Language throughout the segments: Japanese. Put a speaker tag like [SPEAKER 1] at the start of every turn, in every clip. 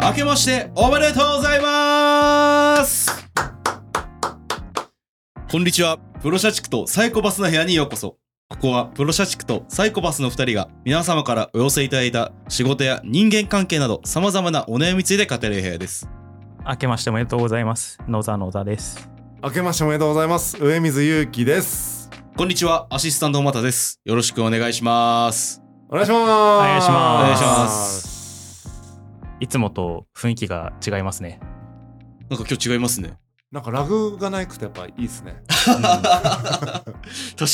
[SPEAKER 1] 明けましておめでとうございますこんにちはプロ社畜とサイコパスの部屋にようこそここはプロ社畜とサイコパスの2人が皆様からお寄せいただいた仕事や人間関係など様々なお悩みについて語る部屋です
[SPEAKER 2] 明けましておめでとうございます。野田野田です。
[SPEAKER 3] 明けましておめでとうございます上水祐樹です
[SPEAKER 1] こんにちはアシスタントの又ですよろしくお願いします
[SPEAKER 3] お願いします
[SPEAKER 2] お願いします
[SPEAKER 1] お願いします
[SPEAKER 2] いつもと雰囲気が違いますね。
[SPEAKER 1] なんか今日違います ね
[SPEAKER 3] なんかラグがないくてやっぱいいですね
[SPEAKER 2] う
[SPEAKER 1] 確
[SPEAKER 2] ん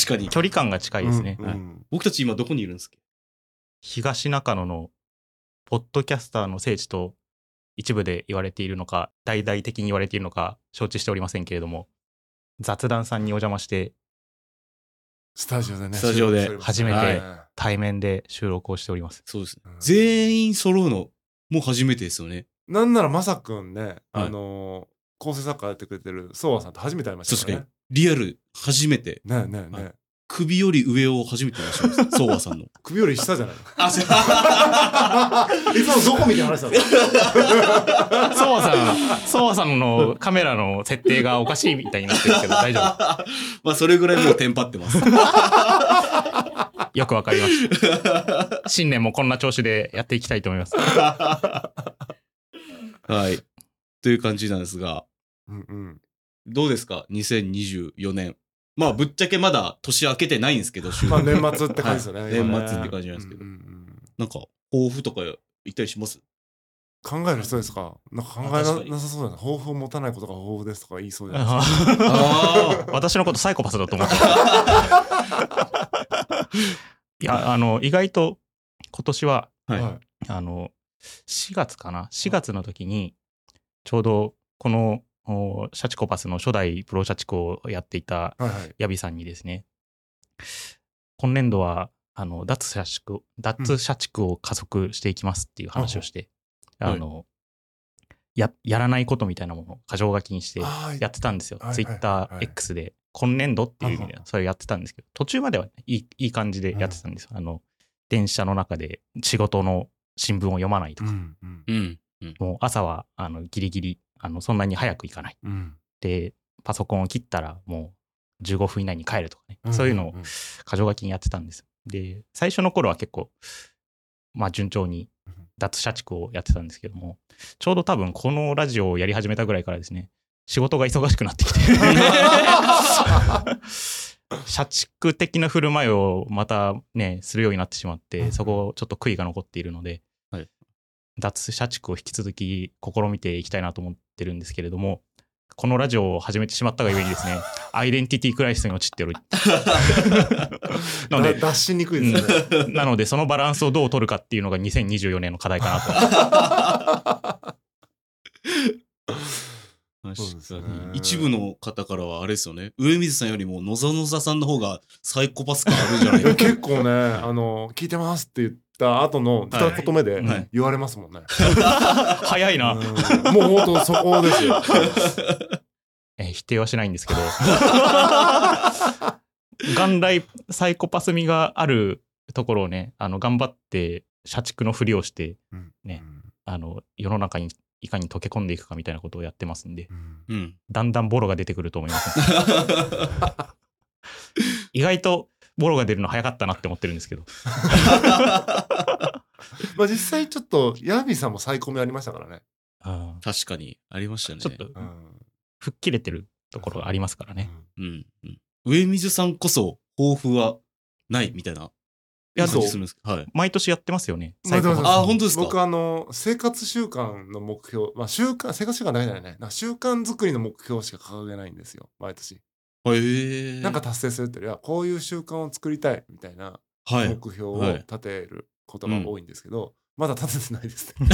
[SPEAKER 1] かに
[SPEAKER 2] 距離感が近いですね。
[SPEAKER 3] うんうん
[SPEAKER 1] 僕たち今どこにいるんですか
[SPEAKER 2] 東中野のポッドキャスターの聖地と一部で言われているのか、大々的に言われているのか承知しておりませんけれども、雑談さんにお邪魔して
[SPEAKER 3] スタジオでね
[SPEAKER 1] スタジオで
[SPEAKER 2] 初めて
[SPEAKER 3] はい
[SPEAKER 2] 対面で収録をしており ます。
[SPEAKER 1] そうですね
[SPEAKER 3] うん
[SPEAKER 1] 全員揃うのもう初めてですよね
[SPEAKER 3] なんならまさくんねあのー構成作家やってくれてるソワさんと初めて会いましたから
[SPEAKER 1] リアル初めて
[SPEAKER 3] ねねえねえね
[SPEAKER 1] は
[SPEAKER 3] え
[SPEAKER 1] 首より上を初めて見ました相和さんの
[SPEAKER 3] 首より下じゃない
[SPEAKER 1] あそう
[SPEAKER 3] いつもどこ見て話したの
[SPEAKER 2] そうさん、そうさんのカメラの設定がおかしいみたいになってるけど大丈夫。
[SPEAKER 1] まあそれぐらいもうテンパって ます
[SPEAKER 2] よくわかりました。新年もこんな調子でやっていきたいと思います。
[SPEAKER 1] はいという感じなんですが
[SPEAKER 3] うんうん
[SPEAKER 1] どうですか2024年まあぶっちゃけまだ年明けてないんですけど収
[SPEAKER 3] まあ
[SPEAKER 1] 録
[SPEAKER 3] 年末って感じですよ
[SPEAKER 1] は
[SPEAKER 3] ね
[SPEAKER 1] い
[SPEAKER 3] 今ね
[SPEAKER 1] 年末って感じなんですけど
[SPEAKER 3] うんうんうん
[SPEAKER 1] なんか抱負とか言ったりします
[SPEAKER 3] 考える人ですかなんか考え
[SPEAKER 1] あ確かに
[SPEAKER 3] ななさそうだな抱負を持たないことが抱負ですとか言いそうじゃないですか
[SPEAKER 1] あ
[SPEAKER 2] 私のことサイコパスだ と思ってた。いや、あの、意外と今年は、
[SPEAKER 1] はい
[SPEAKER 3] はい
[SPEAKER 2] あの、4月かな ?4 月の時に、ちょうどこの、おシャチコパスの初代プロシャチコをやっていた
[SPEAKER 3] はいはい
[SPEAKER 2] ヤビさんにですね、今年度は、あの、脱社畜、脱社畜を加速していきますっていう話をして、
[SPEAKER 1] うん
[SPEAKER 2] あの、や、やらないことみたいなものを過剰書きにして、
[SPEAKER 3] あー
[SPEAKER 2] やってたんですよ
[SPEAKER 3] は。い
[SPEAKER 2] ツイッタ
[SPEAKER 3] は
[SPEAKER 2] ー
[SPEAKER 3] い
[SPEAKER 2] X で、今年度っていう意味
[SPEAKER 3] はい
[SPEAKER 2] で
[SPEAKER 3] は、い
[SPEAKER 2] それやってたんですけど、途中まではねいいいい感じでやってたんですよ。あの、電車の中で仕事の新聞を読まないと
[SPEAKER 3] う
[SPEAKER 2] か、
[SPEAKER 3] ん うん
[SPEAKER 1] うん
[SPEAKER 2] もう朝はあのギリギリ、あのそんなに早く行かない。
[SPEAKER 3] うん
[SPEAKER 2] で、パソコンを切ったらもう15分以内に帰るとかね、
[SPEAKER 3] うん
[SPEAKER 2] そういうのを
[SPEAKER 3] んん
[SPEAKER 2] 過剰書きにやってたんですよ。で、最初の頃は結構、まあ順調に
[SPEAKER 3] うん
[SPEAKER 2] 脱社畜をやってたんですけども、ちょうど多分このラジオをやり始めたぐらいからですね、仕事が忙しくなってきて、 社畜的な振る舞いをまたね、するようになってしまっ
[SPEAKER 3] う
[SPEAKER 2] て、
[SPEAKER 3] ん
[SPEAKER 2] そこをちょっと悔いが残っているので、
[SPEAKER 1] はい
[SPEAKER 2] 脱社畜を引き続き試みていきたいなと思ってるんですけれども、このラジオを始めてしまったがゆえにですね、アイデンティティクライシスに陥っておる。なの
[SPEAKER 3] だ
[SPEAKER 2] で、
[SPEAKER 3] 脱しにくいですね
[SPEAKER 2] なので、そのバランスをどう取るかっていうのが2024年の課題かなと。
[SPEAKER 3] そうです
[SPEAKER 1] 確
[SPEAKER 3] ね
[SPEAKER 1] かに一部の方からはあれですよね上水さんよりも野沢野沢さんの方がサイコパス感あるんじゃない
[SPEAKER 3] いや
[SPEAKER 1] か
[SPEAKER 3] 結構ねあの聞いてますって言った後の二言目で
[SPEAKER 2] はい
[SPEAKER 3] 言われますもんね
[SPEAKER 2] 早いな。
[SPEAKER 3] うんもう本当そこで すよ
[SPEAKER 2] えー否定はしないんですけど。 元来、サイコパス味があるところをね、あの、頑張って、社畜のふりをして、ねあの、世の中にいかに溶け込んでいくかみたいなことをやってますんで、
[SPEAKER 3] うん
[SPEAKER 1] うん
[SPEAKER 2] だんだんボロが出てくると思 います、意外と、ボロが出るの早かったなって思ってるんですけど。
[SPEAKER 3] まあ実際ちょっとヤビさんも最高目ありましたからね
[SPEAKER 2] あー
[SPEAKER 1] 確かにありましたね
[SPEAKER 2] ちょっと、
[SPEAKER 3] うん
[SPEAKER 2] 吹っ切れてるところがありますからね。
[SPEAKER 1] うんうん、上水さんこそ抱負はないみたいな感
[SPEAKER 3] そう
[SPEAKER 1] じするんですけどはい
[SPEAKER 2] 毎年やってますよね。
[SPEAKER 3] まあ
[SPEAKER 2] サイコパス
[SPEAKER 3] でも
[SPEAKER 1] あ本当ですか
[SPEAKER 3] 僕あの生活習慣の目標、まあ、習慣生活習慣だけじゃないねなんか習慣作りの目標しか掲げないんですよ毎年
[SPEAKER 1] へえ
[SPEAKER 3] なんか達成するっていうよりはこういう習慣を作りたいみたいな
[SPEAKER 1] は
[SPEAKER 3] 目
[SPEAKER 1] い
[SPEAKER 3] 標を
[SPEAKER 1] はい
[SPEAKER 3] 立てることが多いんですけど、まだ立ててないですね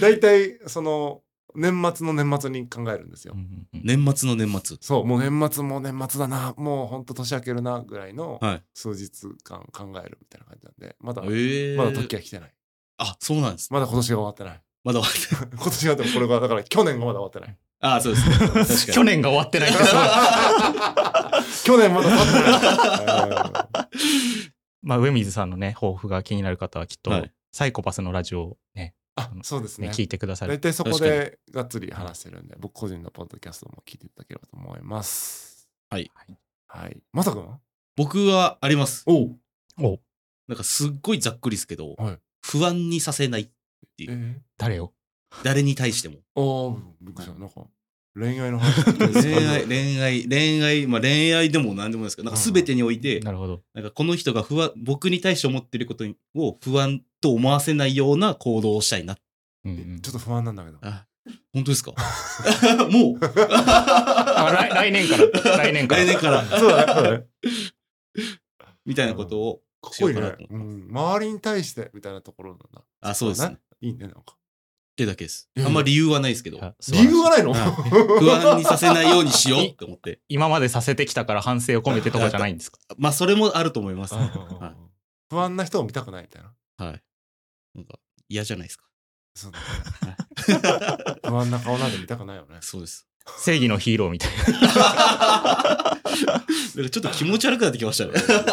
[SPEAKER 3] 大体その年末の年末に考えるんですよ、
[SPEAKER 2] うんうんうん
[SPEAKER 1] 年末の年末
[SPEAKER 3] そうもう年末も年末だなもうほんと年明けるなぐらいの
[SPEAKER 1] はい
[SPEAKER 3] 数日間考えるみたいな感じなんでまだ、
[SPEAKER 1] へえ
[SPEAKER 3] まだ時は来てない
[SPEAKER 1] あそうなんです
[SPEAKER 3] まだ今年が終わってない
[SPEAKER 1] まだ 終わってない
[SPEAKER 3] 今年はでもこれがだから去年がまだ終わ ってない
[SPEAKER 1] あそうですね確かに
[SPEAKER 2] 去年が終わってないってすごい
[SPEAKER 3] 去年まだ終わってない
[SPEAKER 2] まあ、上水さんのね、抱負が気になる方はきっと、
[SPEAKER 1] はい
[SPEAKER 2] サイコパスのラジオをね、
[SPEAKER 3] あ
[SPEAKER 2] の
[SPEAKER 3] そうです
[SPEAKER 2] ね
[SPEAKER 3] ね
[SPEAKER 2] 聞いてくださ
[SPEAKER 3] 大
[SPEAKER 2] る。
[SPEAKER 3] 体そこでがっつり話してるんで僕個人のポッドキャストも聞いていただければと思います
[SPEAKER 1] はい
[SPEAKER 3] はいまさくんは
[SPEAKER 1] 僕はあります。
[SPEAKER 3] おう
[SPEAKER 2] お
[SPEAKER 1] なんかすっごいざっくりですけど、
[SPEAKER 3] はい
[SPEAKER 1] 不安にさせない。
[SPEAKER 3] えー、
[SPEAKER 2] 誰を
[SPEAKER 1] 誰に対しても。
[SPEAKER 3] ああびっくりしたなんか恋愛の話聞いてるんですか
[SPEAKER 1] 恋愛、恋愛、恋愛、まあ恋愛でも何でもないですけど、なんか全てにおいて、
[SPEAKER 2] なるほど。
[SPEAKER 1] なんかこの人が不安、僕に対して思ってることにを不安と思わせないような行動をしたいな。
[SPEAKER 2] うんう
[SPEAKER 3] え
[SPEAKER 2] ん
[SPEAKER 3] ちょっと不安なんだけど
[SPEAKER 1] あ、本当ですか もう
[SPEAKER 2] あ来 来年から。来年から。
[SPEAKER 1] 来年から。
[SPEAKER 3] そうだねそうだね
[SPEAKER 1] みたいなことを
[SPEAKER 3] かっ
[SPEAKER 1] しよ
[SPEAKER 3] こ
[SPEAKER 1] う
[SPEAKER 3] いい
[SPEAKER 1] かな
[SPEAKER 3] ね
[SPEAKER 1] と、思う。
[SPEAKER 3] うん、周りに対してみたいなところなんだ
[SPEAKER 1] あ、そうですね。っ
[SPEAKER 3] いいねなんか
[SPEAKER 1] てだけです。
[SPEAKER 3] いやい
[SPEAKER 1] あ
[SPEAKER 3] や
[SPEAKER 1] んま理由はないですけど
[SPEAKER 2] い、や素晴
[SPEAKER 3] 理
[SPEAKER 2] らしい
[SPEAKER 3] 由がないの
[SPEAKER 1] 不安にさせないようにしようって思って。
[SPEAKER 2] 今までさせてきたから反省を込めてとかじゃないんです か。
[SPEAKER 1] まあ、それもあると思います。は
[SPEAKER 3] はい不安な人を見たくないみたいな。
[SPEAKER 1] い。なんか、嫌じゃないですか。
[SPEAKER 3] そうだね不安な顔なんて見たくないよね。
[SPEAKER 1] そう です。
[SPEAKER 2] 正義のヒーローみたいな。
[SPEAKER 1] なんかちょっと気持ち悪くなってきましたね。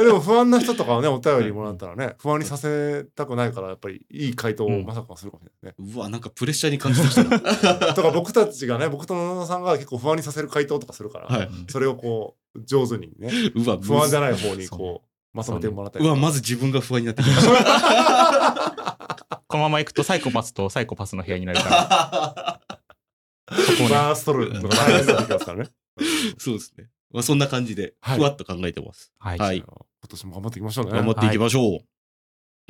[SPEAKER 3] えでも不安な人とかはね、お便りもらったらね、不安にさせたくないから、やっぱりいい回答をまさかするかもしれないう
[SPEAKER 1] わ、なんかプレッシャーに感じてきたな。
[SPEAKER 3] ね。とか僕た ちがね、僕と野々さんが結構不安にさせる回答とかするから、
[SPEAKER 1] はい。
[SPEAKER 3] それをこう、上手にね、
[SPEAKER 1] うわ、
[SPEAKER 3] 不安じゃ
[SPEAKER 1] ない。
[SPEAKER 3] ない方にこう、まとめてもらったり
[SPEAKER 1] う
[SPEAKER 3] と
[SPEAKER 1] わ、
[SPEAKER 3] か。
[SPEAKER 1] まず自分が不安になってきました。
[SPEAKER 2] このまま行くとサイコパスとサイコパスの部屋になる から、
[SPEAKER 3] そこをねバーストルのが大変になってきますからね。
[SPEAKER 1] そうですね。まあ、そんな感じで、
[SPEAKER 3] はい
[SPEAKER 1] ふわっと考えてます。
[SPEAKER 2] はい
[SPEAKER 1] はい
[SPEAKER 3] 今年も頑張っていきましょうね。
[SPEAKER 1] 頑張っていきましょう。っ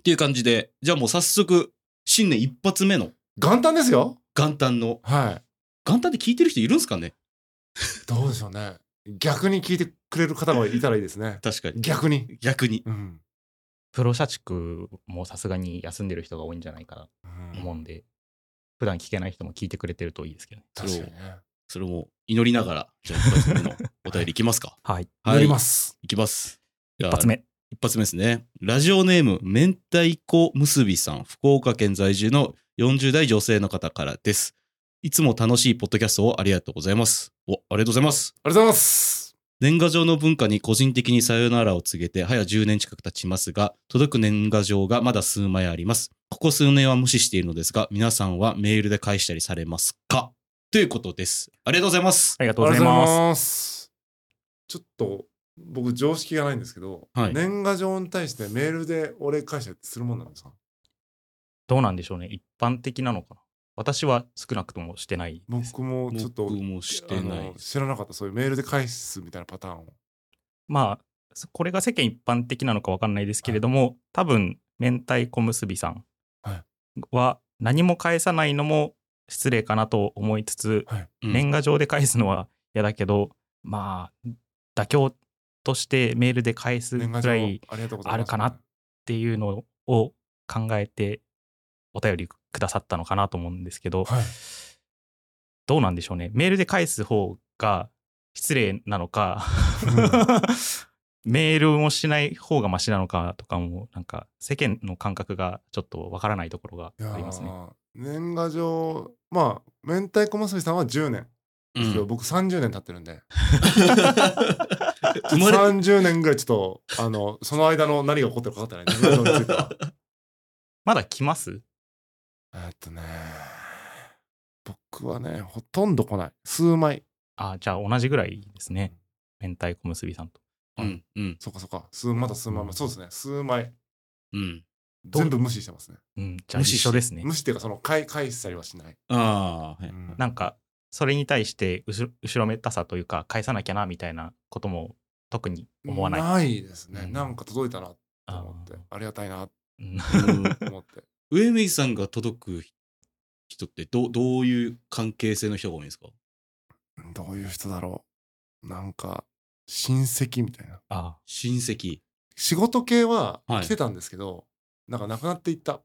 [SPEAKER 1] ていう感じで、じゃあもう早速、新年一発目の
[SPEAKER 3] 元旦ですよ。
[SPEAKER 1] 元旦の、
[SPEAKER 3] はい。
[SPEAKER 1] 元旦って聞いてる人いるんですかね
[SPEAKER 3] どうでしょうね。逆に聞いてくれる方がいたらいいですね。
[SPEAKER 1] 確かに。
[SPEAKER 3] 逆に。
[SPEAKER 1] 逆に。
[SPEAKER 3] うん。
[SPEAKER 2] プロ社畜もさすがに休んでる人が多いんじゃないかなと思うんで、普段聞けない人も聞いてくれてるといいですけどね。
[SPEAKER 3] 確かにね。
[SPEAKER 1] それも祈りながら、じゃあ一発目 のお便りいきますか。。
[SPEAKER 2] はい。
[SPEAKER 3] やりますす。
[SPEAKER 1] いきます。
[SPEAKER 2] 一発目。
[SPEAKER 1] 一発目ですね。ラジオネーム、明太子結びさん、福岡県在住の40代女性の方からです。いつも楽しいポッドキャストをありがとうございます。お、ありがとうございます。
[SPEAKER 3] ありがとうございます。
[SPEAKER 1] 年賀状の文化に個人的にさよならを告げて早10年近く経ちますが、届く年賀状がまだ数枚あります。ここ数年は無視しているのですが、皆さんはメールで返したりされますかということです。ありがとうございます。
[SPEAKER 2] ありが
[SPEAKER 3] あ
[SPEAKER 2] とうございます。
[SPEAKER 3] す。ちょっと僕常識がないんですけど、
[SPEAKER 1] はい
[SPEAKER 3] 年賀状に対してメールでお礼返したりするもんなんですか
[SPEAKER 2] どうなんでしょうね。一般的なのかな。私は少なくともしてないです。
[SPEAKER 3] 僕もちょっと
[SPEAKER 1] 僕もしてない
[SPEAKER 3] あの。知らなかったそういうメールで返すみたいなパターンを。
[SPEAKER 2] まあ、そこれが世間一般的なのか分かんないですけれども、多分、明太子結びさん
[SPEAKER 3] は
[SPEAKER 2] は何も返さないのも失礼かなと思いつつ、
[SPEAKER 1] うん
[SPEAKER 2] 年賀状で返すのは嫌だけど、まあ、妥協としてメールで返す
[SPEAKER 3] 年賀
[SPEAKER 2] く
[SPEAKER 3] 状
[SPEAKER 2] らいっ
[SPEAKER 3] ありがとうございます。
[SPEAKER 2] あるかなていうのを考えて、お便りくださったのかなと思うんですけど、
[SPEAKER 3] はい
[SPEAKER 2] どうなんでしょうね。メールで返す方が失礼なのか、 メールもしない方がマシなのかとかも、なんか世間の感覚がちょっとわからないところが
[SPEAKER 3] いや
[SPEAKER 2] ありますね。
[SPEAKER 3] ー年賀状、まあ、明太子結びさんは10年。
[SPEAKER 1] う
[SPEAKER 3] ですけど
[SPEAKER 1] ん
[SPEAKER 3] 僕30年経ってるんで。
[SPEAKER 1] 生まれ
[SPEAKER 3] 30年ぐらいちょっとあのその間の何が起こってるか分かってない年賀状については
[SPEAKER 2] まだ来ます
[SPEAKER 3] えーっとね僕はねほとんど来ない数枚
[SPEAKER 2] あじゃあ同じぐらいですね。明太子結びさんと。
[SPEAKER 1] うん、うん、
[SPEAKER 3] そうかそうか数まだ数枚もそうですね数枚
[SPEAKER 1] うん。
[SPEAKER 2] どう
[SPEAKER 3] 全部無視してますね
[SPEAKER 2] うん、じゃあ
[SPEAKER 1] 無視
[SPEAKER 2] 一緒ですね。
[SPEAKER 3] 無視っていうかその返返したりはしない、
[SPEAKER 1] ああ、はい。
[SPEAKER 3] うん
[SPEAKER 2] なんか、それに対して後ろ後ろめたさというか、返さなきゃなみたいなことも特に思わない。
[SPEAKER 3] ですね、
[SPEAKER 2] うん
[SPEAKER 3] なんか届いたなと
[SPEAKER 2] あ
[SPEAKER 3] 思ってありがたいなと
[SPEAKER 2] ーうん
[SPEAKER 1] うん
[SPEAKER 3] 思って
[SPEAKER 1] 上水さんが届く人ってどどういう関係性の人が多いんですか
[SPEAKER 3] どういう人だろうなんか親戚みたいな
[SPEAKER 2] あ
[SPEAKER 1] 親戚。
[SPEAKER 3] 仕事系は
[SPEAKER 1] はい
[SPEAKER 3] 来てたんですけど、なんかなくなっていった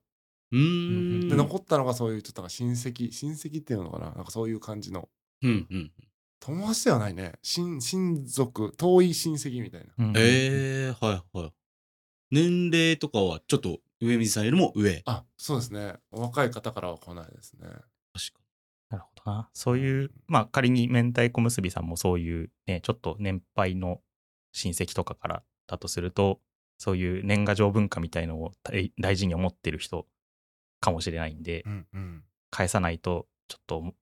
[SPEAKER 1] うーん。
[SPEAKER 3] で残ったのがそういうちょっとなんか親戚親戚っていうのかななんかそういう感じの
[SPEAKER 1] うんうん。
[SPEAKER 3] 友達ではないね親親族遠い親戚みたいな
[SPEAKER 2] ーうん
[SPEAKER 1] ええはいはい。年齢とかはちょっと上水さんよりも上。
[SPEAKER 3] あそうですねお若い方からは来ないですね
[SPEAKER 1] 確か
[SPEAKER 2] なるほどな。そういう、まあ仮に明太子結びさんもそういうね、ちょっと年配の親戚とかからだとすると、そういう年賀状文化みたいのを大大事に思ってる人かもしれないんで、
[SPEAKER 3] うんうん
[SPEAKER 2] 返さないと、ちょっと、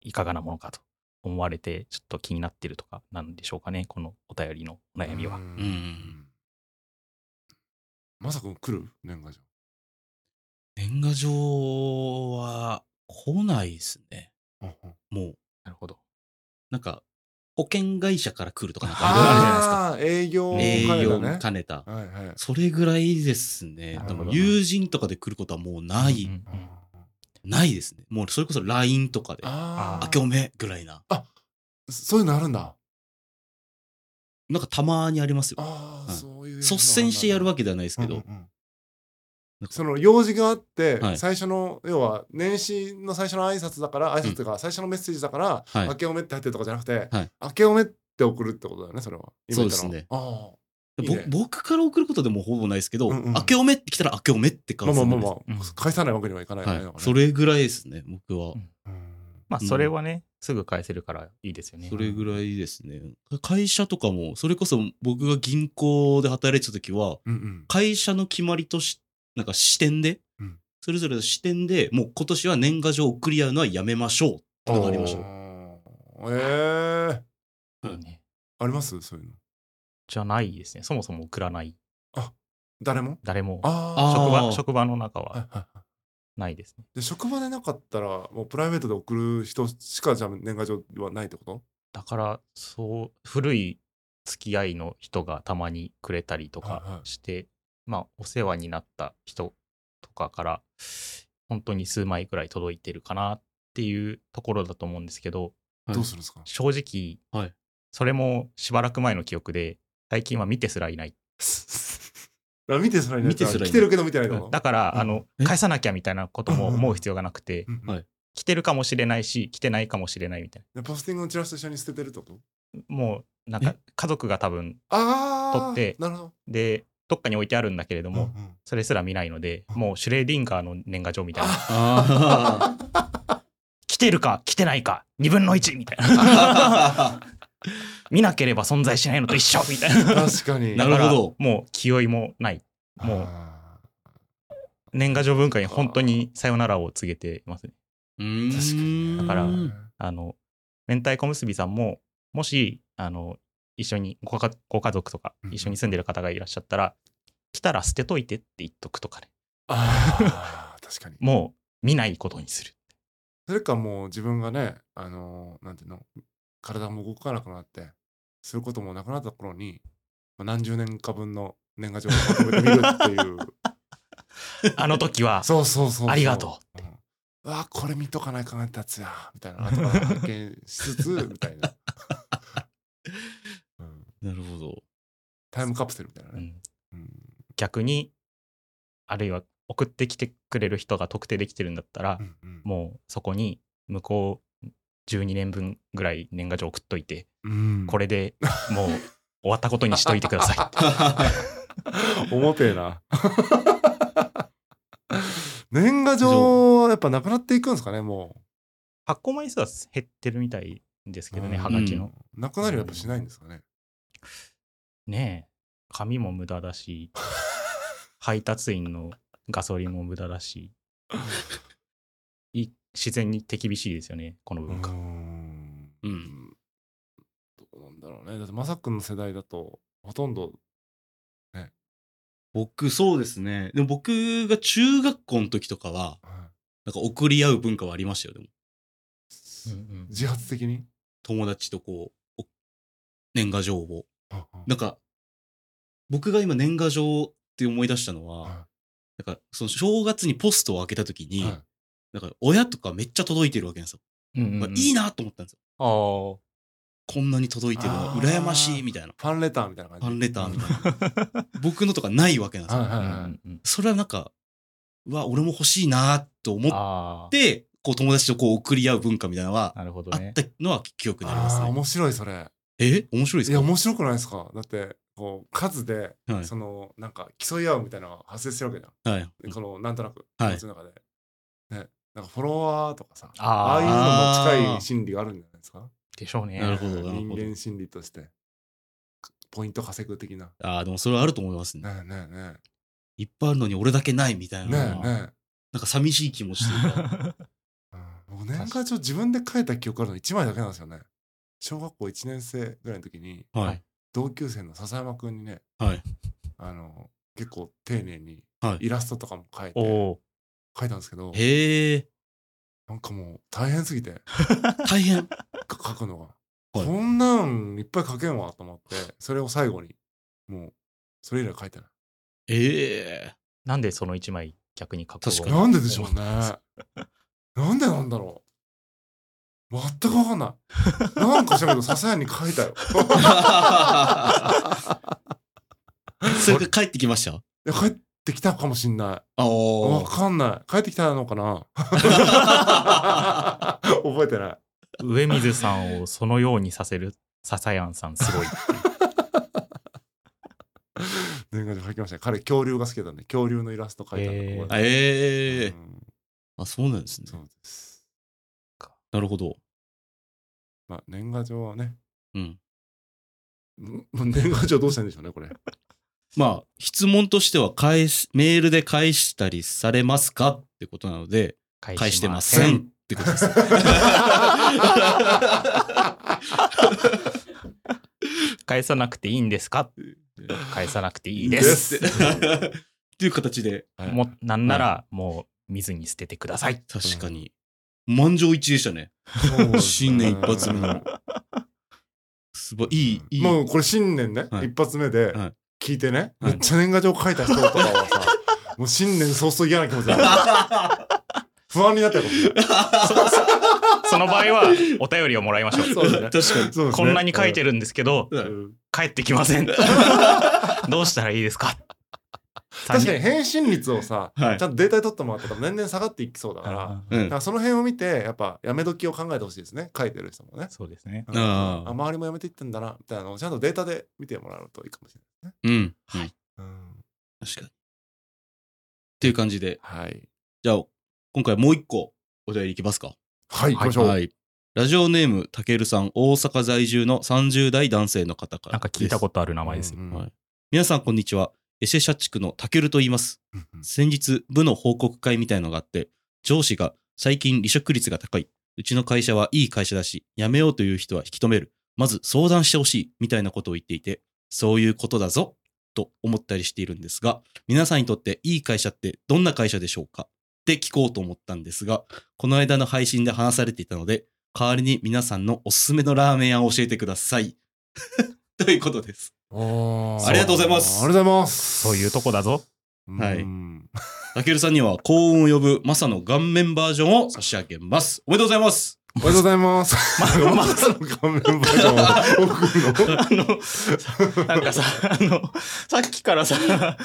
[SPEAKER 2] いかがなものかと思われて、ちょっと気になってるとかなんでしょうかね、このお便りのお悩みは。
[SPEAKER 3] うん
[SPEAKER 1] ん
[SPEAKER 3] まさくん来る年賀状
[SPEAKER 1] 年賀状は来ないですね。もう、
[SPEAKER 2] なるほど。
[SPEAKER 1] なんか、保険会社から来るとかなんかあ
[SPEAKER 3] ああー営業
[SPEAKER 1] るじ
[SPEAKER 3] を
[SPEAKER 1] ゃないですか。営
[SPEAKER 3] 兼ね
[SPEAKER 1] 業
[SPEAKER 3] た
[SPEAKER 1] も
[SPEAKER 3] ね
[SPEAKER 1] 兼ねた。
[SPEAKER 3] はいはい
[SPEAKER 1] それぐらいですね
[SPEAKER 3] な。
[SPEAKER 1] で
[SPEAKER 3] るほ
[SPEAKER 1] も
[SPEAKER 3] ど
[SPEAKER 1] 友人とかで来ることはもうない、
[SPEAKER 2] うんうんうん
[SPEAKER 1] ないですね。もうそれこそ LINE とかで、あ
[SPEAKER 3] あ
[SPEAKER 2] ー
[SPEAKER 3] あ
[SPEAKER 1] けおめぐらいな。
[SPEAKER 3] そういうのあるんだ
[SPEAKER 1] なんかたまにありますよ。
[SPEAKER 3] ああ
[SPEAKER 1] はい
[SPEAKER 3] そういう
[SPEAKER 1] 率先してやるわけではないですけど、
[SPEAKER 3] うんうんうん
[SPEAKER 1] なんか
[SPEAKER 3] その用事があって、
[SPEAKER 1] はい
[SPEAKER 3] 最初の要は年始の最初の挨拶だから挨拶というか最初のメッセージだから、
[SPEAKER 1] はい
[SPEAKER 3] 明けおめって入ってるとかじゃなくて、
[SPEAKER 1] はい
[SPEAKER 3] 明けおめって送るってことだよねそれは今言ったの
[SPEAKER 1] そうですね
[SPEAKER 3] あいい
[SPEAKER 1] ぼ
[SPEAKER 3] ね
[SPEAKER 1] 僕から送ることでもほぼないですけど、
[SPEAKER 3] うんうん
[SPEAKER 1] 明けおめって来たら明けおめって
[SPEAKER 3] あ
[SPEAKER 1] 感
[SPEAKER 3] まあ
[SPEAKER 1] じで
[SPEAKER 3] まあ
[SPEAKER 1] す
[SPEAKER 3] まあ、まあ
[SPEAKER 2] うん
[SPEAKER 3] 返さないわけにはいかないよね
[SPEAKER 1] はい
[SPEAKER 3] だからね
[SPEAKER 1] それぐらいですね、僕は。
[SPEAKER 3] うん
[SPEAKER 2] まあ、
[SPEAKER 1] うん
[SPEAKER 2] それはね、すぐ返せるからいいですよね。
[SPEAKER 1] それぐらいですね。会社とかも、それこそ僕が銀行で働いてた時は、
[SPEAKER 3] うんうん
[SPEAKER 1] 会社の決まりとし、なんか視点で、
[SPEAKER 3] うん
[SPEAKER 1] それぞれの視点でもう今年は年賀状を送り合うのはやめましょうってのがありました
[SPEAKER 3] お
[SPEAKER 1] よ。
[SPEAKER 3] ーええ
[SPEAKER 2] いいね
[SPEAKER 3] ありますそういうの
[SPEAKER 2] じゃないですね。そもそも送らない。
[SPEAKER 3] 誰も
[SPEAKER 2] 誰も。
[SPEAKER 3] ああ
[SPEAKER 2] 職
[SPEAKER 1] あー
[SPEAKER 2] 場、職場の中はないですね。
[SPEAKER 3] で職場でなかったらもうプライベートで送る人しかじゃあ年賀状はないってこと
[SPEAKER 2] だから、そう、古い付き合いの人がたまにくれたりと
[SPEAKER 3] はい
[SPEAKER 2] か
[SPEAKER 3] はい
[SPEAKER 2] して、まあ、お世話になった人とかから、本当に数枚くらい届いてるかなっていうところだと思うんですけど、
[SPEAKER 1] はい
[SPEAKER 3] どうするんですか
[SPEAKER 2] 正直、
[SPEAKER 1] はい
[SPEAKER 2] それもしばらく前の記憶で、最近は見てすらいない。
[SPEAKER 3] あ 見てすらいないって
[SPEAKER 1] 見てすらいない
[SPEAKER 3] 来てるけど見てないってこと
[SPEAKER 2] だから、
[SPEAKER 3] うん
[SPEAKER 2] あの
[SPEAKER 1] え、
[SPEAKER 2] 返さなきゃみたいなことも
[SPEAKER 3] うんうん
[SPEAKER 2] 思う必要がなくて、
[SPEAKER 3] うんうん
[SPEAKER 1] はい
[SPEAKER 2] 来てるかもしれないし、来てないかもしれないみたい
[SPEAKER 3] でポスティングのチラシと一緒に捨ててるってこと
[SPEAKER 2] な。もう、なんか、家族が多分、
[SPEAKER 3] ああ
[SPEAKER 2] 取って
[SPEAKER 3] なるほ
[SPEAKER 2] で、どっかに置いてあるんだけれど
[SPEAKER 3] ど
[SPEAKER 2] も、
[SPEAKER 3] んん
[SPEAKER 2] それすら見ないので、
[SPEAKER 3] うん
[SPEAKER 2] もうシュレーディンガーの年賀状みたいな。
[SPEAKER 1] あ
[SPEAKER 2] 来てるか来てないか、2分の1みたい な。
[SPEAKER 1] あ
[SPEAKER 2] 見なければ存在しないのと一緒みたいな。
[SPEAKER 3] 確 かに
[SPEAKER 1] なるほど
[SPEAKER 2] もう気負いもない。もう
[SPEAKER 3] あ
[SPEAKER 2] 年賀状文化に本当にさよならを告げていますね。
[SPEAKER 1] う
[SPEAKER 3] ー
[SPEAKER 1] ーん
[SPEAKER 3] 確かにね
[SPEAKER 2] だから
[SPEAKER 1] うん
[SPEAKER 2] あの、明太子結びさんも、もし、あの、一緒にごかご家族とか
[SPEAKER 3] うん
[SPEAKER 2] 一緒に住んでる方がいらっしゃったら、来たら捨てといてって言っとくとかね。
[SPEAKER 3] あー確かに
[SPEAKER 2] もう見ないことにする。
[SPEAKER 3] それかもう自分がねあのーなんていうの体も動かなくなってすることもなくなった頃に、まあ、何十年か分の年賀状をまとめてみるっていう
[SPEAKER 2] あの時は、
[SPEAKER 3] そうそうそうそう
[SPEAKER 2] ありがと
[SPEAKER 3] う、ん、うわこれ見とかない考えたやつやみたいな後から発見しつつみたいな、うん
[SPEAKER 1] なるほど。
[SPEAKER 3] タイムカプセルみたいな
[SPEAKER 2] う
[SPEAKER 3] ね、
[SPEAKER 2] ん
[SPEAKER 3] うん
[SPEAKER 2] 逆にあるいは送ってきてくれる人が特定できてるんだったら、
[SPEAKER 3] うんうん
[SPEAKER 2] もうそこに向こう12年分ぐらい年賀状送っといて、
[SPEAKER 3] うん
[SPEAKER 2] これでもう終わったことにしといてください
[SPEAKER 3] 重てえな年賀状はやっぱなくなっていくんですかねも
[SPEAKER 2] 発行枚数は減ってるみたいです
[SPEAKER 3] う
[SPEAKER 2] けどね
[SPEAKER 3] うん
[SPEAKER 2] はがきの、
[SPEAKER 3] なくなりはやっぱしないんですかね
[SPEAKER 2] ねえ紙も無駄だし配達員のガソリンも無駄だしい自然に手厳しいですよねこの文化、
[SPEAKER 3] うーん
[SPEAKER 1] うん。
[SPEAKER 3] どうなんだろうねだってまさくんの世代だとほとんど
[SPEAKER 1] 僕、そうですね。でも僕が中学校の時とかは、なんか送り合う文化はありましたよ、でも。
[SPEAKER 2] うんうん
[SPEAKER 3] 自発的に
[SPEAKER 1] 友達とこう、お年賀状を。
[SPEAKER 3] あ
[SPEAKER 1] なんか、僕が今年賀状って思い出したのは、
[SPEAKER 3] は
[SPEAKER 1] なんか、その正月にポストを開けた時
[SPEAKER 3] い
[SPEAKER 1] に、なんか親とかめっちゃ届いてるわけなんですよ。
[SPEAKER 2] うんうんうん
[SPEAKER 1] いいなと思ったんですよ。
[SPEAKER 2] あー
[SPEAKER 1] こんなに届いてるのは羨ましいみたいな。
[SPEAKER 3] ファンレターみたいな感じ
[SPEAKER 1] ファンレターみたい
[SPEAKER 3] な
[SPEAKER 1] 僕のとかないわけなんですよ。
[SPEAKER 3] はいはい
[SPEAKER 2] うん
[SPEAKER 3] は
[SPEAKER 2] う
[SPEAKER 3] い
[SPEAKER 2] んうん
[SPEAKER 1] それはなんか、うわ、俺も欲しいなと思っ
[SPEAKER 2] ああ
[SPEAKER 1] て、こう友達とこう送り合う文化みたいなのは、
[SPEAKER 2] なるほど
[SPEAKER 1] あ
[SPEAKER 2] ね
[SPEAKER 1] っ。たのは記憶になります
[SPEAKER 3] あー
[SPEAKER 1] ね。
[SPEAKER 3] 面白いそれ
[SPEAKER 1] え面白いで
[SPEAKER 3] い
[SPEAKER 1] す
[SPEAKER 3] や
[SPEAKER 1] か
[SPEAKER 3] 面白くないですかだってこう数で
[SPEAKER 1] はい
[SPEAKER 3] そのなんか競い合うみたいなのが発生してるわけじゃん
[SPEAKER 1] はい。
[SPEAKER 3] このなんとなく
[SPEAKER 1] はい
[SPEAKER 3] 気持ちの中で、ねなんかフォロワーとかさ
[SPEAKER 2] あー
[SPEAKER 3] ああいうのも近い心理があるんじゃないですか
[SPEAKER 2] でしょうね。
[SPEAKER 1] なるほど、なる
[SPEAKER 3] 人
[SPEAKER 1] ほど。
[SPEAKER 3] 間心理としてポイント稼ぐ的な
[SPEAKER 1] ああ、でもそれはあると思いますね。
[SPEAKER 3] ねえねえねえ
[SPEAKER 1] いいっぱいあるのに俺だけないみたいな、
[SPEAKER 3] ねえ
[SPEAKER 1] なん
[SPEAKER 3] ね
[SPEAKER 1] か寂しい気持ちというか
[SPEAKER 3] え、うん僕年賀状自分で書いた記憶あるの1枚だけなんですよね小学校1年生ぐらいの時に
[SPEAKER 1] はい
[SPEAKER 3] 同級生の笹山くんにね、
[SPEAKER 1] はい
[SPEAKER 3] あの結構丁寧に
[SPEAKER 1] はい
[SPEAKER 3] イラストとかも書いて、
[SPEAKER 2] おお
[SPEAKER 3] 書いたんですけど
[SPEAKER 1] へえ
[SPEAKER 3] なんかもう大変すぎて
[SPEAKER 1] 大 変
[SPEAKER 3] か書くのが、
[SPEAKER 1] はい
[SPEAKER 3] こんなんいっぱい書けんわと思ってそれを最後にもうそれ以来書い てない
[SPEAKER 1] ええ
[SPEAKER 2] なんでその一枚逆に書く
[SPEAKER 1] 確かに
[SPEAKER 3] なんででしょうね。 なんでなんだろう。全くわかんない。なんかしらけど、ささやに書いたよ。
[SPEAKER 1] それが帰ってきました
[SPEAKER 3] いや、帰ってきたかもしんな
[SPEAKER 1] あ
[SPEAKER 3] い。わ
[SPEAKER 1] お
[SPEAKER 3] かんない。帰ってきたの かな覚えてない。
[SPEAKER 2] 上水さんをそのようにさせる笹谷さんすごい。
[SPEAKER 3] 年賀状書きましたね。彼、恐竜が好きだったんで、恐竜のイラスト書いたん
[SPEAKER 2] へ
[SPEAKER 3] で
[SPEAKER 2] ー
[SPEAKER 3] 覚えてる。
[SPEAKER 1] ええ
[SPEAKER 3] うん
[SPEAKER 1] あそうなんですね
[SPEAKER 3] そうです。
[SPEAKER 1] なるほど
[SPEAKER 3] まあ、年賀状はね。
[SPEAKER 1] うん
[SPEAKER 3] ん年賀状どうしたんでしょうね、これ。
[SPEAKER 1] まあ質問としては返すメールで返したりされますかってことなので返してませんっ。てことですね
[SPEAKER 2] 返さなくていいんですか返さなくていいで。
[SPEAKER 3] です
[SPEAKER 1] っ
[SPEAKER 3] す
[SPEAKER 1] ていう形で
[SPEAKER 3] はい
[SPEAKER 2] もうなんならもう見ずに捨ててください。
[SPEAKER 1] 確かに満場一致でしたね
[SPEAKER 3] そ う
[SPEAKER 1] 新年一発目のすごいいいいい
[SPEAKER 3] もうこれ新年ね、
[SPEAKER 1] はい
[SPEAKER 3] 一発目で
[SPEAKER 1] はい
[SPEAKER 3] 聞いてね、
[SPEAKER 1] はい
[SPEAKER 3] めっちゃ年賀状書いた人とか はさもう新年早々嫌な気持ちだ不安になったかもしれない
[SPEAKER 2] その場合はお便りをもらいましょう。
[SPEAKER 3] そうだ
[SPEAKER 1] 確
[SPEAKER 3] ね
[SPEAKER 1] かに
[SPEAKER 3] そうですね
[SPEAKER 2] こんなに書いてるんですけど、
[SPEAKER 1] う
[SPEAKER 3] うん
[SPEAKER 1] ん
[SPEAKER 2] 帰ってきません。 どうしたらいいですか
[SPEAKER 3] 確かに返信率をさ、
[SPEAKER 1] はい
[SPEAKER 3] ちゃんとデータで取ってもらったら年々下がっていきそうだからだ
[SPEAKER 2] あ
[SPEAKER 1] う
[SPEAKER 3] か
[SPEAKER 1] ん
[SPEAKER 3] らその辺を見てやっぱやめ時を考えてほしいですね書いてる人もね、
[SPEAKER 2] そうですね。
[SPEAKER 3] うん
[SPEAKER 1] あ
[SPEAKER 3] あ
[SPEAKER 1] ー
[SPEAKER 3] 周りもやめていってんだなみたいなのをちゃんとデータで見てもらうといいかもしれない
[SPEAKER 1] う
[SPEAKER 3] ね、
[SPEAKER 1] ん
[SPEAKER 2] はい
[SPEAKER 3] うん
[SPEAKER 1] 確かにっていう感じで
[SPEAKER 3] はい
[SPEAKER 1] じゃあ今回もう一個お便りいきますか
[SPEAKER 3] はい行きましょう、
[SPEAKER 1] はいラジオネームたけるさん大阪在住の30代男性の方から
[SPEAKER 2] なんか聞いた
[SPEAKER 1] と
[SPEAKER 2] ことある名前ですよ。
[SPEAKER 3] うんうん
[SPEAKER 1] はい皆さんこんにちはエシェ社地区のたけると言います
[SPEAKER 3] うんうん
[SPEAKER 1] 先日部の報告会みたいのがあって上司が最近離職率が高いうちの会社はいい会社だし辞めようという人は引き止めるまず相談してほしいみたいなことを言っていてそういうことだぞと思ったりしているんですが皆さんにとっていい会社ってどんな会社でしょうかって聞こうと思ったんですがこの間の配信で話されていたので代わりに皆さんのおすすめのラーメン屋を教えてください ということです
[SPEAKER 3] おー
[SPEAKER 1] ありがとうございます
[SPEAKER 3] ありがとうございます。
[SPEAKER 2] そういうとこだぞ。
[SPEAKER 1] はい
[SPEAKER 3] うん
[SPEAKER 1] たけるさんには幸運を呼ぶマサの顔面バージョンを差し上げますおめでとうございます
[SPEAKER 3] おめでとうございます。ま、まさの顔面バージョンを送るの。
[SPEAKER 2] あの、なんかさ、 あの、さっき からさ、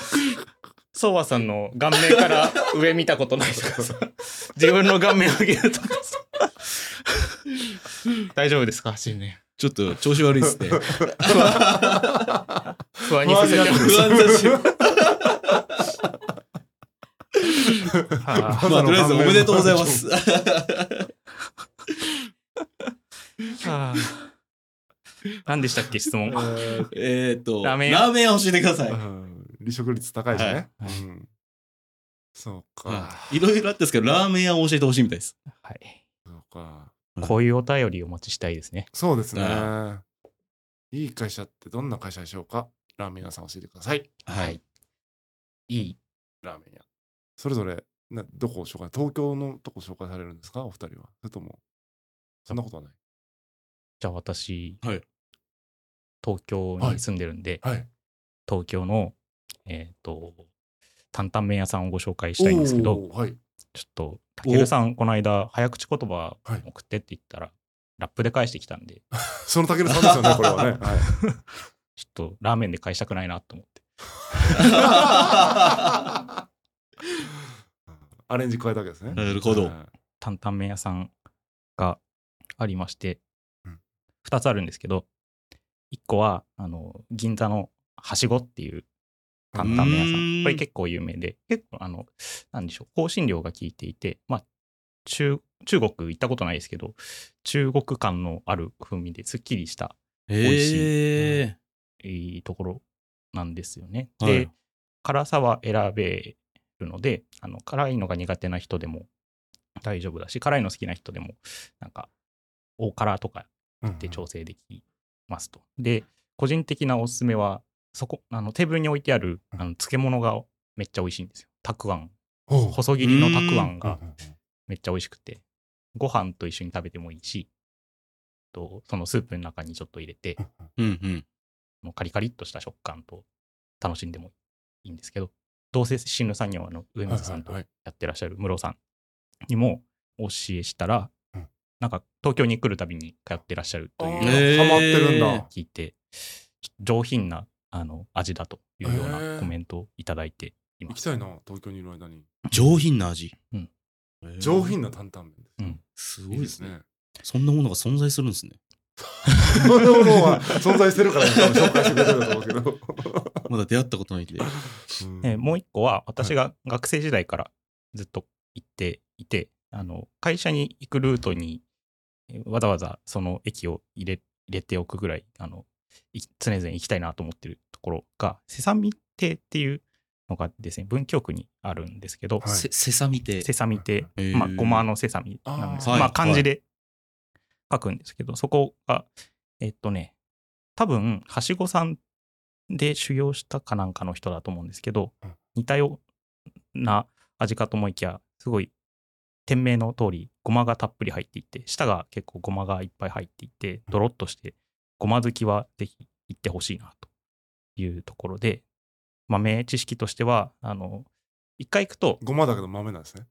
[SPEAKER 2] ソワさんの顔面から上見たことないから さ、自分の顔面上げるとかさ、 大丈夫ですか新年。
[SPEAKER 1] ちょっと調子悪いです ね。
[SPEAKER 2] 不安にさせて
[SPEAKER 3] 不
[SPEAKER 1] 不安だし。
[SPEAKER 2] は
[SPEAKER 1] まあ、とりあえずおめでとうございます。
[SPEAKER 2] あはあ 何でしたっけ質問。
[SPEAKER 1] えーっと、
[SPEAKER 2] ラ
[SPEAKER 1] ラー
[SPEAKER 2] ー
[SPEAKER 1] メ
[SPEAKER 2] メン
[SPEAKER 1] ン
[SPEAKER 2] 屋
[SPEAKER 1] 屋教えてください。
[SPEAKER 3] う
[SPEAKER 1] は
[SPEAKER 3] ん離職率高いしね。
[SPEAKER 2] はい
[SPEAKER 3] うんそうか。
[SPEAKER 1] いいろいろあったんですけど、ラーメン屋を教えてほしいみたいです。
[SPEAKER 2] はい。
[SPEAKER 3] そうか。
[SPEAKER 2] こういうお便りお待ちしたいですね。
[SPEAKER 3] そうですね
[SPEAKER 1] あ。
[SPEAKER 3] いい会社ってどんな会社でしょうかラーメン屋さん教えてください。
[SPEAKER 1] はい。
[SPEAKER 2] いい。
[SPEAKER 3] ラーメン屋。それぞれ、などこを紹介東京のとこ紹介されるんですかお二人は。それとも、そんなことはない。
[SPEAKER 2] じゃあ私、
[SPEAKER 1] はい
[SPEAKER 2] 東京に住んでるんで、
[SPEAKER 3] はい。
[SPEAKER 2] 東京の、えっ、と、担々麺屋さんをご紹介したいんですけど、
[SPEAKER 3] おー。はい。
[SPEAKER 2] ちょっと、たけるさん、この間、早口言葉送ってって言ったら、ラップで返してきたんで、
[SPEAKER 3] そのたけるさんですよね、これはね。はい。
[SPEAKER 2] ちょっとラーメンで返したくないなと思って。
[SPEAKER 3] アレンジ加えたわけですね。
[SPEAKER 1] なるほど。
[SPEAKER 2] 担々麺屋さんがありまして、
[SPEAKER 3] うん
[SPEAKER 2] 2つあるんですけど、1個は、あの、銀座のはしごっていう担々麺屋さ。
[SPEAKER 1] うんーん
[SPEAKER 2] これ結構有名で、結構、あの、なんでしょう、香辛料が効いていて、まあ、中、中国行ったことないですけど、中国感のある風味ですっきりした
[SPEAKER 1] えー。
[SPEAKER 2] いいところなんですよね。
[SPEAKER 1] はい
[SPEAKER 2] で、辛さは選べるので、あの辛いのが苦手な人でも大丈夫だし、辛いの好きな人でも、なんか、大辛とかで調整できますと。で、個人的なおすすめは、そこ、あのテーブルに置いてあるあの漬物がめっちゃ美味しいんですよ。たくあん。
[SPEAKER 3] ほう
[SPEAKER 2] 細切りのたくあんが
[SPEAKER 3] うんうん
[SPEAKER 2] めっちゃ美味しくて、ご飯と一緒に食べてもいいし、とそのスープの中にちょっと入れて、
[SPEAKER 1] うんうん。
[SPEAKER 2] もうカリカリっとした食感と楽しんでもいいんですけど、どうせ新ぬ作業の上
[SPEAKER 3] うんはい
[SPEAKER 2] 水さんと
[SPEAKER 3] はいはい
[SPEAKER 2] やってらっしゃる室さんにもお教えしたら、
[SPEAKER 3] うん
[SPEAKER 2] なんか東京に来るたびに通ってらっしゃるとい
[SPEAKER 3] あ
[SPEAKER 2] う
[SPEAKER 3] ー
[SPEAKER 2] のを
[SPEAKER 1] えー
[SPEAKER 3] ハマってるんだ。
[SPEAKER 2] 聞いて、ちょっと上品なあの味だというよう
[SPEAKER 3] へー
[SPEAKER 2] なコメントをいただいてい
[SPEAKER 3] 行
[SPEAKER 2] ま
[SPEAKER 3] き
[SPEAKER 2] す。
[SPEAKER 3] たいな、東京にいる間に。
[SPEAKER 1] 上品な味。
[SPEAKER 2] うん
[SPEAKER 1] えー
[SPEAKER 3] 上品な担々麺です。
[SPEAKER 2] うん
[SPEAKER 1] す
[SPEAKER 3] い
[SPEAKER 1] ご
[SPEAKER 3] い
[SPEAKER 1] い
[SPEAKER 3] で
[SPEAKER 1] ですす
[SPEAKER 3] ね
[SPEAKER 1] ね。。そんなものが存在するんですね。
[SPEAKER 3] そんなものは存在してるから、ね、多分紹介してくれてると思うけど。
[SPEAKER 1] まだ出会ったことないんで。
[SPEAKER 3] うん
[SPEAKER 2] えーもう一個は私が学生時代からずっと行っていて、あの会社に行くルートにえーわざわざその駅を入れ入れておくぐらいあのい常々行きたいなと思ってるところがセサミ亭っていうのがですね文京区にあるんですけど、
[SPEAKER 3] はい
[SPEAKER 1] せセサミテ。
[SPEAKER 2] セサミ亭、
[SPEAKER 1] へー
[SPEAKER 2] まあごまのセサミなんですけど
[SPEAKER 1] あーは
[SPEAKER 2] まあ
[SPEAKER 1] い
[SPEAKER 2] 漢字で書くんですけど、そこがえっとね多分はしごさんで修行したかなんかの人だと思うんですけど、
[SPEAKER 3] うん
[SPEAKER 2] 似たような味かと思いきやすごい店名の通りごまがたっぷり入っていて舌が結構ごまがいっぱい入っていてドロッとしてごま好きはぜひ行ってほしいなというところで豆知識としてはあの一回行くと
[SPEAKER 3] ごまだけど豆な んですね。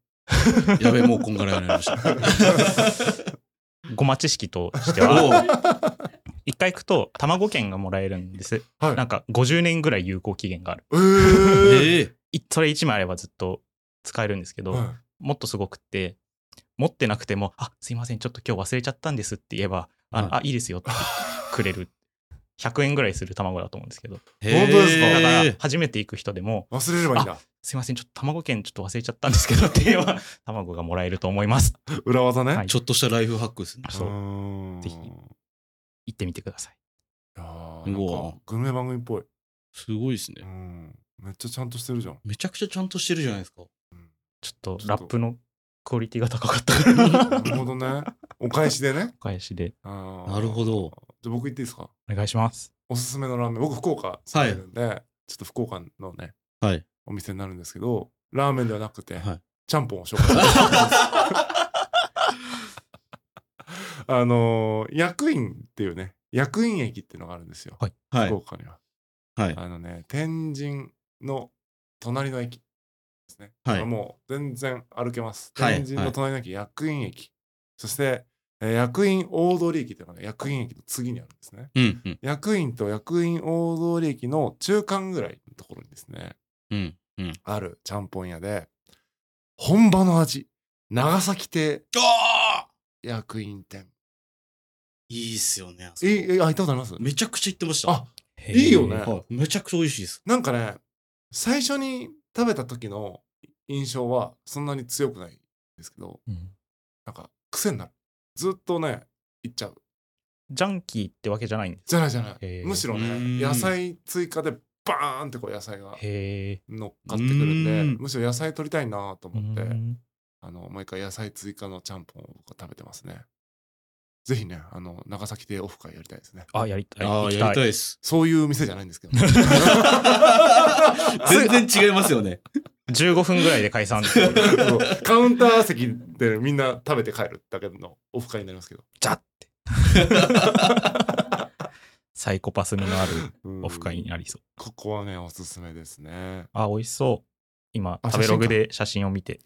[SPEAKER 1] やべえ、もうこんがらがられました。
[SPEAKER 2] ごま知識として
[SPEAKER 1] お
[SPEAKER 2] は
[SPEAKER 1] う
[SPEAKER 2] 一回行くと卵券がもらえるんです
[SPEAKER 3] はい。
[SPEAKER 2] なんか50年ぐらい有効期限がある
[SPEAKER 3] え
[SPEAKER 1] え
[SPEAKER 3] ー、
[SPEAKER 1] え
[SPEAKER 2] いそれ1枚あればずっと使えるんですけど、
[SPEAKER 3] は
[SPEAKER 2] もっとすごくって持ってなくても「あすいませんちょっと今日忘れちゃったんです」って言えば「あの
[SPEAKER 1] は
[SPEAKER 2] あいいです よ」ってくれる100円ぐらいする卵だと思うんですけど
[SPEAKER 1] へえ
[SPEAKER 3] 本当ですか
[SPEAKER 2] だから
[SPEAKER 1] へえ
[SPEAKER 2] 初めて行く人でも
[SPEAKER 3] い。忘れればいいんだ。
[SPEAKER 2] 「すいませんちょっと卵券ちょっと忘れちゃったんですけど」って言え ば卵がもらえると思います
[SPEAKER 3] 裏技ね。
[SPEAKER 2] はい
[SPEAKER 1] ちょっとしたライフハックですね。
[SPEAKER 2] そう
[SPEAKER 3] うーん
[SPEAKER 2] ぜひ
[SPEAKER 3] い
[SPEAKER 2] 行ってみてください
[SPEAKER 3] やー
[SPEAKER 1] うわ
[SPEAKER 3] なんかグルメ番組っぽい。
[SPEAKER 1] すごいです
[SPEAKER 3] う
[SPEAKER 1] ね。
[SPEAKER 3] ん。めっちゃちゃんとしてるじ ゃん。
[SPEAKER 1] めちゃくちゃちゃんとしてるじゃないですか。
[SPEAKER 2] ちょっ
[SPEAKER 3] ちょっ
[SPEAKER 2] と
[SPEAKER 3] と
[SPEAKER 2] ラップのクオリティが高かったから
[SPEAKER 3] なるほどね。お返しでね。
[SPEAKER 2] お返しで
[SPEAKER 3] な
[SPEAKER 1] なるほ。ど。
[SPEAKER 3] じゃあ僕言っていいですか
[SPEAKER 2] お願いします
[SPEAKER 3] おすすめのラーメン。僕福岡住んでるんで、ちょっと福岡のね、
[SPEAKER 1] はい。
[SPEAKER 3] お店になるんですけど、ラーメンではなくて、
[SPEAKER 1] はい
[SPEAKER 3] ちゃんぽんを紹介します。あのー役員っていうね、役員駅っていうのがあるんですよ。
[SPEAKER 1] は
[SPEAKER 3] 福
[SPEAKER 1] い。
[SPEAKER 3] 岡には。
[SPEAKER 1] はい。
[SPEAKER 3] あのね、天神の隣の駅ですね。
[SPEAKER 1] はい
[SPEAKER 3] もう全然歩けます。
[SPEAKER 1] はい
[SPEAKER 3] 天神の隣の駅、役員駅。そして、えー役員大通駅というのが、ね、役員駅の次にあるんですね。
[SPEAKER 1] うんうん
[SPEAKER 3] 役員と役員大通駅の中間ぐらいのところにですね、
[SPEAKER 1] うんうん。
[SPEAKER 3] あるちゃんぽん屋で、本場の味、長崎亭
[SPEAKER 1] ああ
[SPEAKER 3] 役員店。
[SPEAKER 1] いいっすよね。あそこ
[SPEAKER 3] え、え、あ、行ったことあります
[SPEAKER 1] めちゃくちゃ行ってました。
[SPEAKER 3] あ、いいよね
[SPEAKER 1] はいめちゃくちゃ美味しいです。
[SPEAKER 3] なんかね、最初に食べた時の印象はそんなに強くないんですけど、
[SPEAKER 2] うん
[SPEAKER 3] なんか癖になる。ずっとね、行っちゃう。
[SPEAKER 2] ジャンキーってわけじゃないんです
[SPEAKER 3] じゃないじゃな
[SPEAKER 2] へ
[SPEAKER 3] い。
[SPEAKER 2] ー
[SPEAKER 3] むしろ
[SPEAKER 1] う
[SPEAKER 3] ね、
[SPEAKER 1] ん
[SPEAKER 3] 野菜追加でバーンってこう野菜が
[SPEAKER 2] へ
[SPEAKER 3] 乗っかってくるんで、
[SPEAKER 1] うん
[SPEAKER 3] むしろ野菜取りたいなと
[SPEAKER 2] え
[SPEAKER 3] 思って、あの、毎回野菜追加のちゃんぽんを僕は食べてますね。ぜひね、あの、長崎でオフ会やりたいですね。
[SPEAKER 2] あやりたい
[SPEAKER 1] あ
[SPEAKER 2] 行
[SPEAKER 1] あ、
[SPEAKER 2] き
[SPEAKER 1] やり
[SPEAKER 2] たい
[SPEAKER 1] たいです。
[SPEAKER 3] そういう店じゃないんですけど、
[SPEAKER 1] 全然違いますよね。
[SPEAKER 2] 15分ぐらいで解散 ジ
[SPEAKER 3] そうカウンター席でみんな食べて帰るだけのオフ会になりますけど。
[SPEAKER 2] ャッてサイコパス味のあるオフ会になりそう
[SPEAKER 3] ここはね、おすすめですね。
[SPEAKER 2] あ美味しそう今
[SPEAKER 3] あ
[SPEAKER 2] 食べログで写真を見て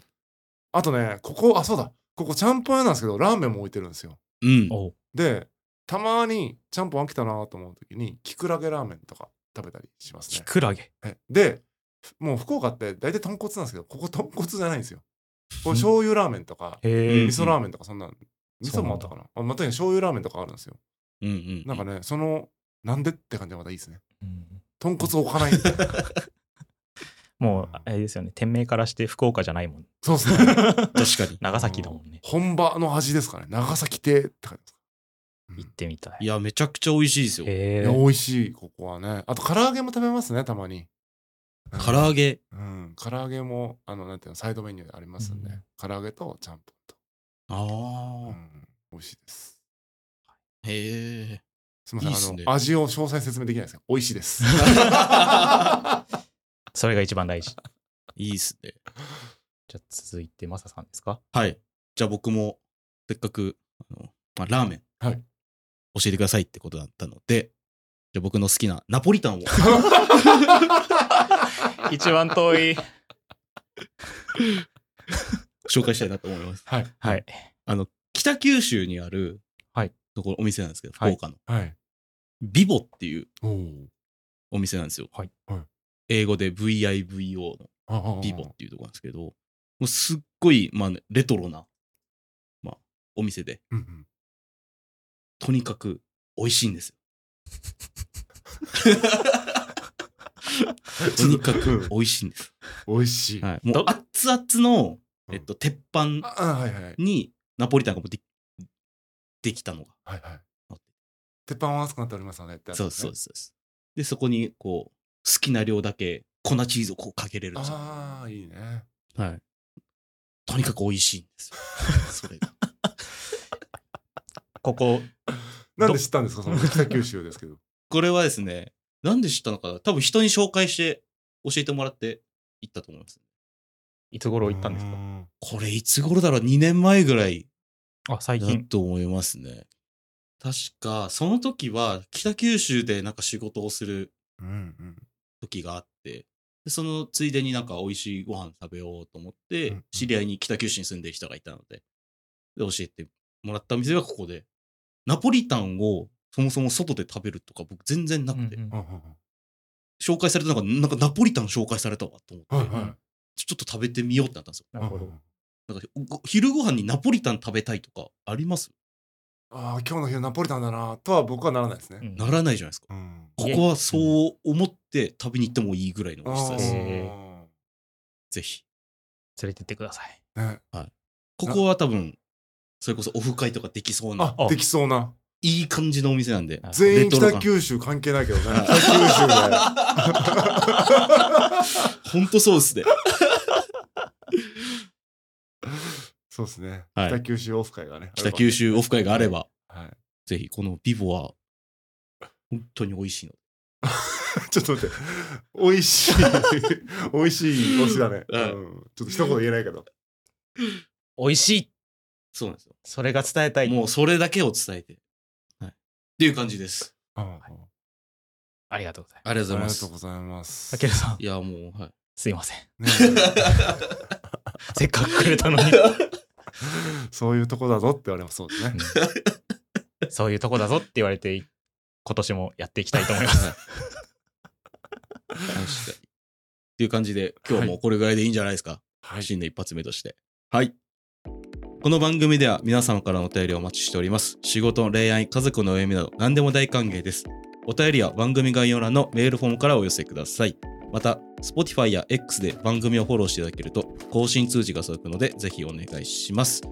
[SPEAKER 3] あとね、ここ、あ、そうだ。ここ、ちゃんぽん屋なんですけど、ラーメンも置いてるんですよ。
[SPEAKER 1] うん。
[SPEAKER 2] おう
[SPEAKER 3] で、たまに、ちゃんぽん飽きたなと思うときに、きくらげラーメンとか食べたりします
[SPEAKER 2] き
[SPEAKER 3] ね。
[SPEAKER 2] くらげ
[SPEAKER 3] えで、もう福岡って大体豚骨なんですけど、ここ豚骨じゃないんですよ。これ醤油ラーメンとか、
[SPEAKER 2] へえ
[SPEAKER 1] うん
[SPEAKER 3] 味噌ラーメンとかそんなん、味
[SPEAKER 2] そう
[SPEAKER 3] 噌も
[SPEAKER 2] な
[SPEAKER 3] あっ
[SPEAKER 2] ん
[SPEAKER 3] た
[SPEAKER 2] だ
[SPEAKER 3] かな。あまたね、醤油ラーメンとかあるんですよ。
[SPEAKER 1] うんうん。
[SPEAKER 3] なんかね、その、なんでって感じがまたいいですね。
[SPEAKER 2] うん
[SPEAKER 3] 豚骨置かないみた いな。
[SPEAKER 2] もうあれですよね店名からして福岡じゃないもん
[SPEAKER 3] そうですね。
[SPEAKER 1] 確かに。
[SPEAKER 2] 長崎だもんね
[SPEAKER 3] 本場の味ですからね。長崎亭って感じですか。
[SPEAKER 2] 行ってみたい
[SPEAKER 1] いや、めちゃくちゃ美味しいですよ。
[SPEAKER 2] へ
[SPEAKER 3] いや美味しい、ここはね。あと、唐揚げも食べますね、たまに。うん
[SPEAKER 1] 唐揚げ。
[SPEAKER 3] うん、唐揚げもあのなんていうのサイドメニューでありますんで、
[SPEAKER 2] うん
[SPEAKER 3] 唐揚げとちゃんぽんと、
[SPEAKER 1] あ
[SPEAKER 3] う
[SPEAKER 1] あ。
[SPEAKER 3] ん、美味しいです。
[SPEAKER 1] へえ。
[SPEAKER 3] すみま
[SPEAKER 1] いい
[SPEAKER 3] せん
[SPEAKER 1] っすね
[SPEAKER 3] あの味を詳細説明できないですが美味し いです。
[SPEAKER 2] それが一番大事。
[SPEAKER 1] いいっすね。
[SPEAKER 2] じゃあ続いて、マサさんですか
[SPEAKER 1] はい。じゃあ僕も、せっかく、あのまあ、ラーメン、
[SPEAKER 3] はい
[SPEAKER 1] 教えてくださいってことだったので、じゃあ僕の好きなナポリタンを。
[SPEAKER 2] 一番遠い。
[SPEAKER 1] 紹介したいなと思います。
[SPEAKER 3] はい
[SPEAKER 2] はい。
[SPEAKER 1] あの、北九州にある、
[SPEAKER 2] はい
[SPEAKER 1] ところ、お店なんですけど、福
[SPEAKER 2] はい
[SPEAKER 1] 岡の、
[SPEAKER 3] はい。
[SPEAKER 1] ビボっていう
[SPEAKER 3] おお。
[SPEAKER 1] お店なんですよ。
[SPEAKER 2] はい
[SPEAKER 3] はい
[SPEAKER 1] 英語で VIVO の
[SPEAKER 3] ああ
[SPEAKER 1] ビボっていうところなんですけど、もうすっごい、まあ、レトロな、まあ、お店で、
[SPEAKER 3] うんうん。
[SPEAKER 1] とにかく美味しいんですよ。とにかく美味しいんです。
[SPEAKER 3] 美味しい。
[SPEAKER 1] はい、もう
[SPEAKER 2] ど
[SPEAKER 1] 熱々の、
[SPEAKER 3] うん
[SPEAKER 1] えっと、鉄板
[SPEAKER 3] ああはいはいはい
[SPEAKER 1] にナポリタンがもうでできたのが。
[SPEAKER 3] はい
[SPEAKER 1] あ。
[SPEAKER 3] 鉄板は熱くなっておりますのでってやつ
[SPEAKER 1] そう
[SPEAKER 3] ね
[SPEAKER 1] ですそうですそうです。で、そこに、こう、好きな量だけ粉チーズをこうかけれるんですよ。
[SPEAKER 3] ああいいね。
[SPEAKER 1] はい。とにかく美味しいん ですよ。それが。
[SPEAKER 2] ここ、
[SPEAKER 3] なんで知ったんですかその北九州です けど。
[SPEAKER 1] これはですね、なんで知ったのかな多分人に紹介して教えてもらって行ったと思います。
[SPEAKER 2] いつ頃行ったんですか
[SPEAKER 3] か。
[SPEAKER 1] これいつ頃だろう ?2 年前ぐらい
[SPEAKER 2] あ、最
[SPEAKER 1] だ
[SPEAKER 2] 近。
[SPEAKER 1] と思いますね。確か、その時は北九州でなんか仕事をする
[SPEAKER 3] うんうん。
[SPEAKER 1] 時があって、でそのついでになんか美味しいご飯食べようと思っ
[SPEAKER 3] うんう
[SPEAKER 1] て
[SPEAKER 3] ん、
[SPEAKER 1] 知り合いに北九州に住んでる人がいたので、で、教えてもらったお店がここで、ナポリタンをそもそも外で食べるとか僕全然なくて、
[SPEAKER 2] うん
[SPEAKER 3] う
[SPEAKER 2] うんん
[SPEAKER 1] 紹介されたのが、なんかナポリタン紹介されたわと思って、
[SPEAKER 3] はいはい。
[SPEAKER 1] ちょっと食べてみようってなったんですよ。
[SPEAKER 2] なるほど。
[SPEAKER 1] なんかご昼ご飯にナポリタン食べたいとかあります
[SPEAKER 3] ああ今日の昼ナポリタンだなとは僕はならないです
[SPEAKER 2] う
[SPEAKER 3] ね。
[SPEAKER 2] ん
[SPEAKER 1] ならないじゃないですか。
[SPEAKER 3] うん。
[SPEAKER 1] ここはそう思って食べに行ってもいいぐらいの美味しさです。
[SPEAKER 2] へ
[SPEAKER 1] ぜひ。
[SPEAKER 2] 連れてってください。
[SPEAKER 3] あーね
[SPEAKER 1] ここは多分、それこそオフ会とかできそうな、
[SPEAKER 3] あできそうな。
[SPEAKER 1] いい感じのお店なんで。
[SPEAKER 3] 全
[SPEAKER 1] レ
[SPEAKER 3] 員
[SPEAKER 1] トロ
[SPEAKER 3] 北
[SPEAKER 1] 感
[SPEAKER 3] 九州関係ないけどね。北九州で。
[SPEAKER 1] ほんとそう ですね。
[SPEAKER 3] そうですね。
[SPEAKER 1] はい
[SPEAKER 3] 北九州オフ会がね。
[SPEAKER 1] 北九州オフ会があれば、
[SPEAKER 3] はい。
[SPEAKER 1] ぜひこのビボは、本当に美味しいの
[SPEAKER 3] ちょっと待って。美味しい。 美味しい推しだね。う
[SPEAKER 1] はい
[SPEAKER 3] ん。ちょっと一言言えないけど。
[SPEAKER 2] 美味しい
[SPEAKER 1] そうなんですよ。
[SPEAKER 2] それが伝えたい。
[SPEAKER 1] もうそれだけを伝えて。はい。っていう感じです。
[SPEAKER 3] あ
[SPEAKER 2] ありがとうございま。
[SPEAKER 1] ありが
[SPEAKER 3] り
[SPEAKER 1] とうございま
[SPEAKER 3] がと
[SPEAKER 1] す
[SPEAKER 3] う。ございますす
[SPEAKER 2] た。けるさん
[SPEAKER 1] い、や、もう、はい。
[SPEAKER 2] すいません。
[SPEAKER 3] ね
[SPEAKER 2] せっかくくれた のに。
[SPEAKER 3] そういうとこだぞって言われますそうですね。
[SPEAKER 2] そういうとこだぞって言われて、今年もやっていきたいと思います。
[SPEAKER 1] 確 かに。っていう感じで、今日もこれぐらいでいいんじゃないですか。
[SPEAKER 3] はい。
[SPEAKER 1] 新年一発目として。はい。この番組では皆様からのお便りをお待ちしております。仕事、恋愛、家族の悩みなど何でも大歓迎です。お便りは番組概要欄のメールフォームからお寄せください。また、Spotify や X で番組をフォローしていただけると更新通知が届くのでぜひお願いします。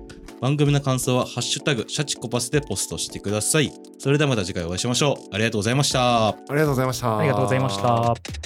[SPEAKER 1] 番組の感想はハッシュタグシャチコパスでポストしてください。それではまた次回お会いしましょう。ありがとうございました。
[SPEAKER 3] ありがとうございました。
[SPEAKER 2] ありがとうございました。